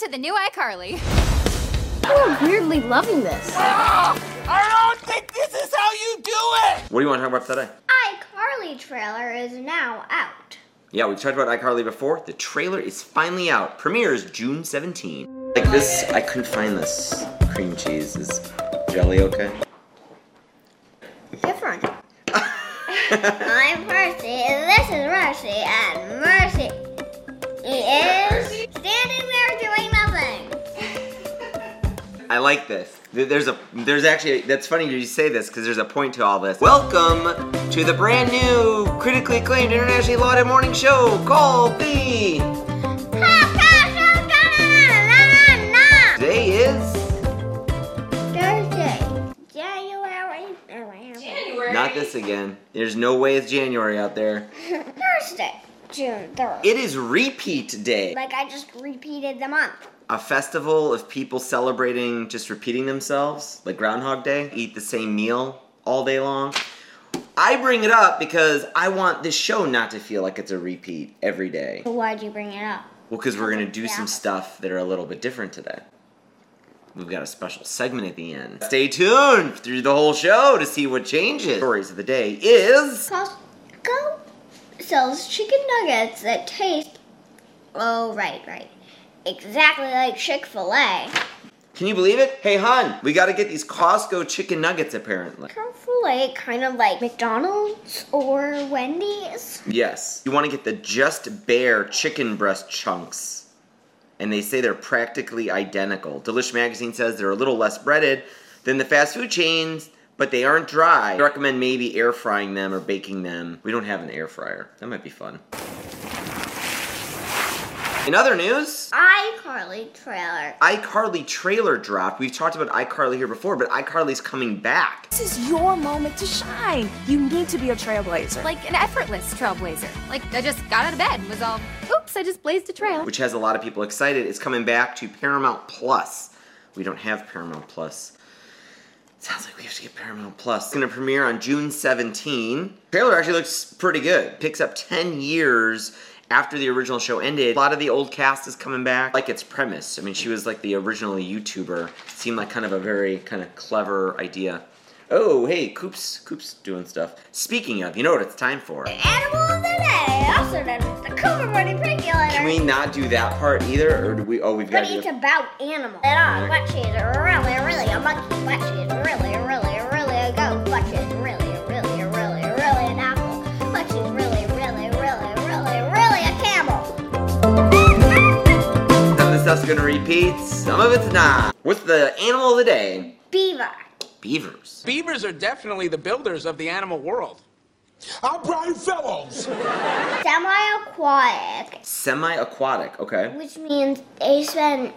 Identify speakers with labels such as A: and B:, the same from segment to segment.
A: to the new iCarly.
B: I'm weirdly loving this.
C: I don't think this is how you do it!
D: What do you want to talk about today?
E: iCarly trailer is now out.
D: Yeah, we talked about iCarly before. The trailer is finally out. Premieres June 17. Like this, I couldn't find this cream cheese. Is jelly okay?
E: Different. I'm Percy, and this is Mercy, and Mercy is standing there doing nothing.
D: I like this. Th- There's a there's actually that's funny you say this because there's a point to all this. Welcome to the brand new critically acclaimed internationally lauded morning show called the. Today is
E: Thursday, January. Oh, I have it.
D: not this again. There's no way it's January out there.
E: Thursday, June 3rd.
D: It is repeat day,
E: Like I just repeated the month.
D: a festival of people celebrating just repeating themselves, like Groundhog Day. Eat the same meal all day long. I bring it up because I want this show not to feel like it's a repeat every day.
E: Why'd you bring it up?
D: Well, because we're gonna do
E: Yeah.
D: some stuff that are a little bit different today. We've got a special segment at the end. Stay tuned through the whole show to see what changes. Stories of the day is
E: Costco sells chicken nuggets that taste, oh, right, right, exactly like Chick fil A.
D: Can you believe it? Hey hun, we gotta get these Costco chicken nuggets apparently.
E: Chick fil A kind of like McDonald's or Wendy's.
D: Yes. You wanna get the just bare chicken breast chunks. And they say they're practically identical. Delish magazine says they're a little less breaded than the fast food chains, but they aren't dry. I recommend maybe air frying them or baking them. We don't have an air fryer. That might be fun. In other news,
E: iCarly trailer.
D: iCarly trailer dropped. We've talked about iCarly here before, but iCarly's coming back.
F: This is your moment to shine. You need to be a trailblazer.
A: Like an effortless trailblazer. Like I just got out of bed and was all, oops, I just blazed a trail.
D: which has a lot of people excited, is coming back to Paramount Plus. We don't have Paramount Plus. Sounds like we have to get Paramount Plus. It's gonna premiere on June 17. Trailer actually looks pretty good. Picks up 10 years after the original show ended. A lot of the old cast is coming back. Like its premise. I mean, she was like the original YouTuber. Seemed like kind of a very kind of clever idea. Oh, hey, Coop's Coop's doing stuff. Speaking of, you know what it's time for?
E: Animal of the day, also known as the Coverworthy
D: Can
E: Regulator.
D: we not do that part either? Or do we oh we've got
E: but
D: to
E: it's about animals. It are what she's really, really a monkey. What she's really, really, really a goat. What she's really, really, really, really an apple. What she's really, really, really, really, really a camel.
D: Some of the stuff's gonna repeat, some of it's not. What's the animal of the day?
E: Beaver.
D: Beavers.
C: Beavers are definitely the builders of the animal world.
G: I'm Brian Fellows.
E: Semi-aquatic,
D: Semi aquatic, okay.
E: which means they spend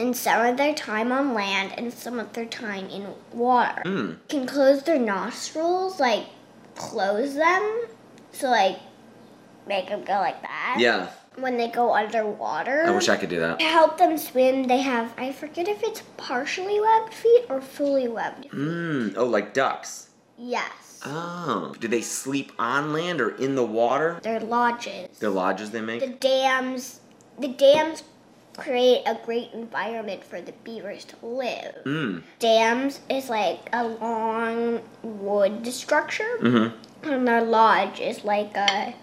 E: in some of their time on land and some of their time in water. Can close their nostrils, like close them, so like make them go like that.
D: Yeah.
E: when they go underwater.
D: I wish I could do that.
E: To help them swim, they have, I forget if it's partially webbed feet or fully webbed.
D: Mmm, oh, like ducks.
E: Yes.
D: Oh. Do they sleep on land or in the water?
E: They're lodges.
D: Their lodges they
E: the
D: make?
E: dams, the dams create a great environment for the beavers to live.
D: Mmm.
E: Dams is like a long wood structure,
D: Mm-hmm.
E: and their lodge is like a,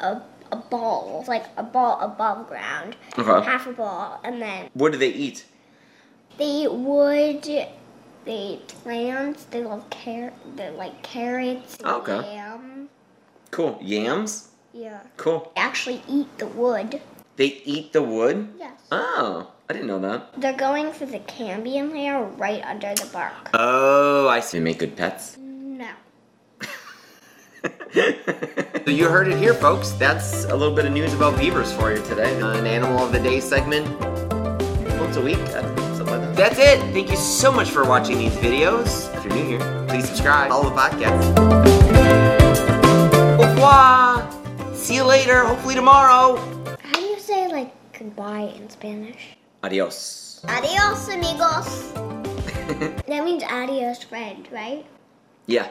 E: a, a ball, It's like a ball above ground,
D: Okay.
E: half a ball, and then
D: What do they eat?
E: They would. They eat plants. They love car. They like carrots. and
D: Okay.
E: Yam.
D: Cool. Yams?
E: Yeah.
D: Cool.
E: They actually eat the wood.
D: They eat the wood?
E: Yes.
D: Oh, I didn't know that.
E: They're going for the cambium layer right under the bark.
D: Oh, I see. They make good pets.
E: no.
D: so you heard it here, folks. That's a little bit of news about beavers for you today. An animal of the day segment once a week. uh, something like that. That's it. Thank you so much for watching these videos. If you're new here, please subscribe. Follow the podcast. Au revoir. See you later. Hopefully tomorrow.
E: How do you say like goodbye in Spanish?
D: Adios.
E: Adios, amigos. that means adios, friend, right?
D: Yeah.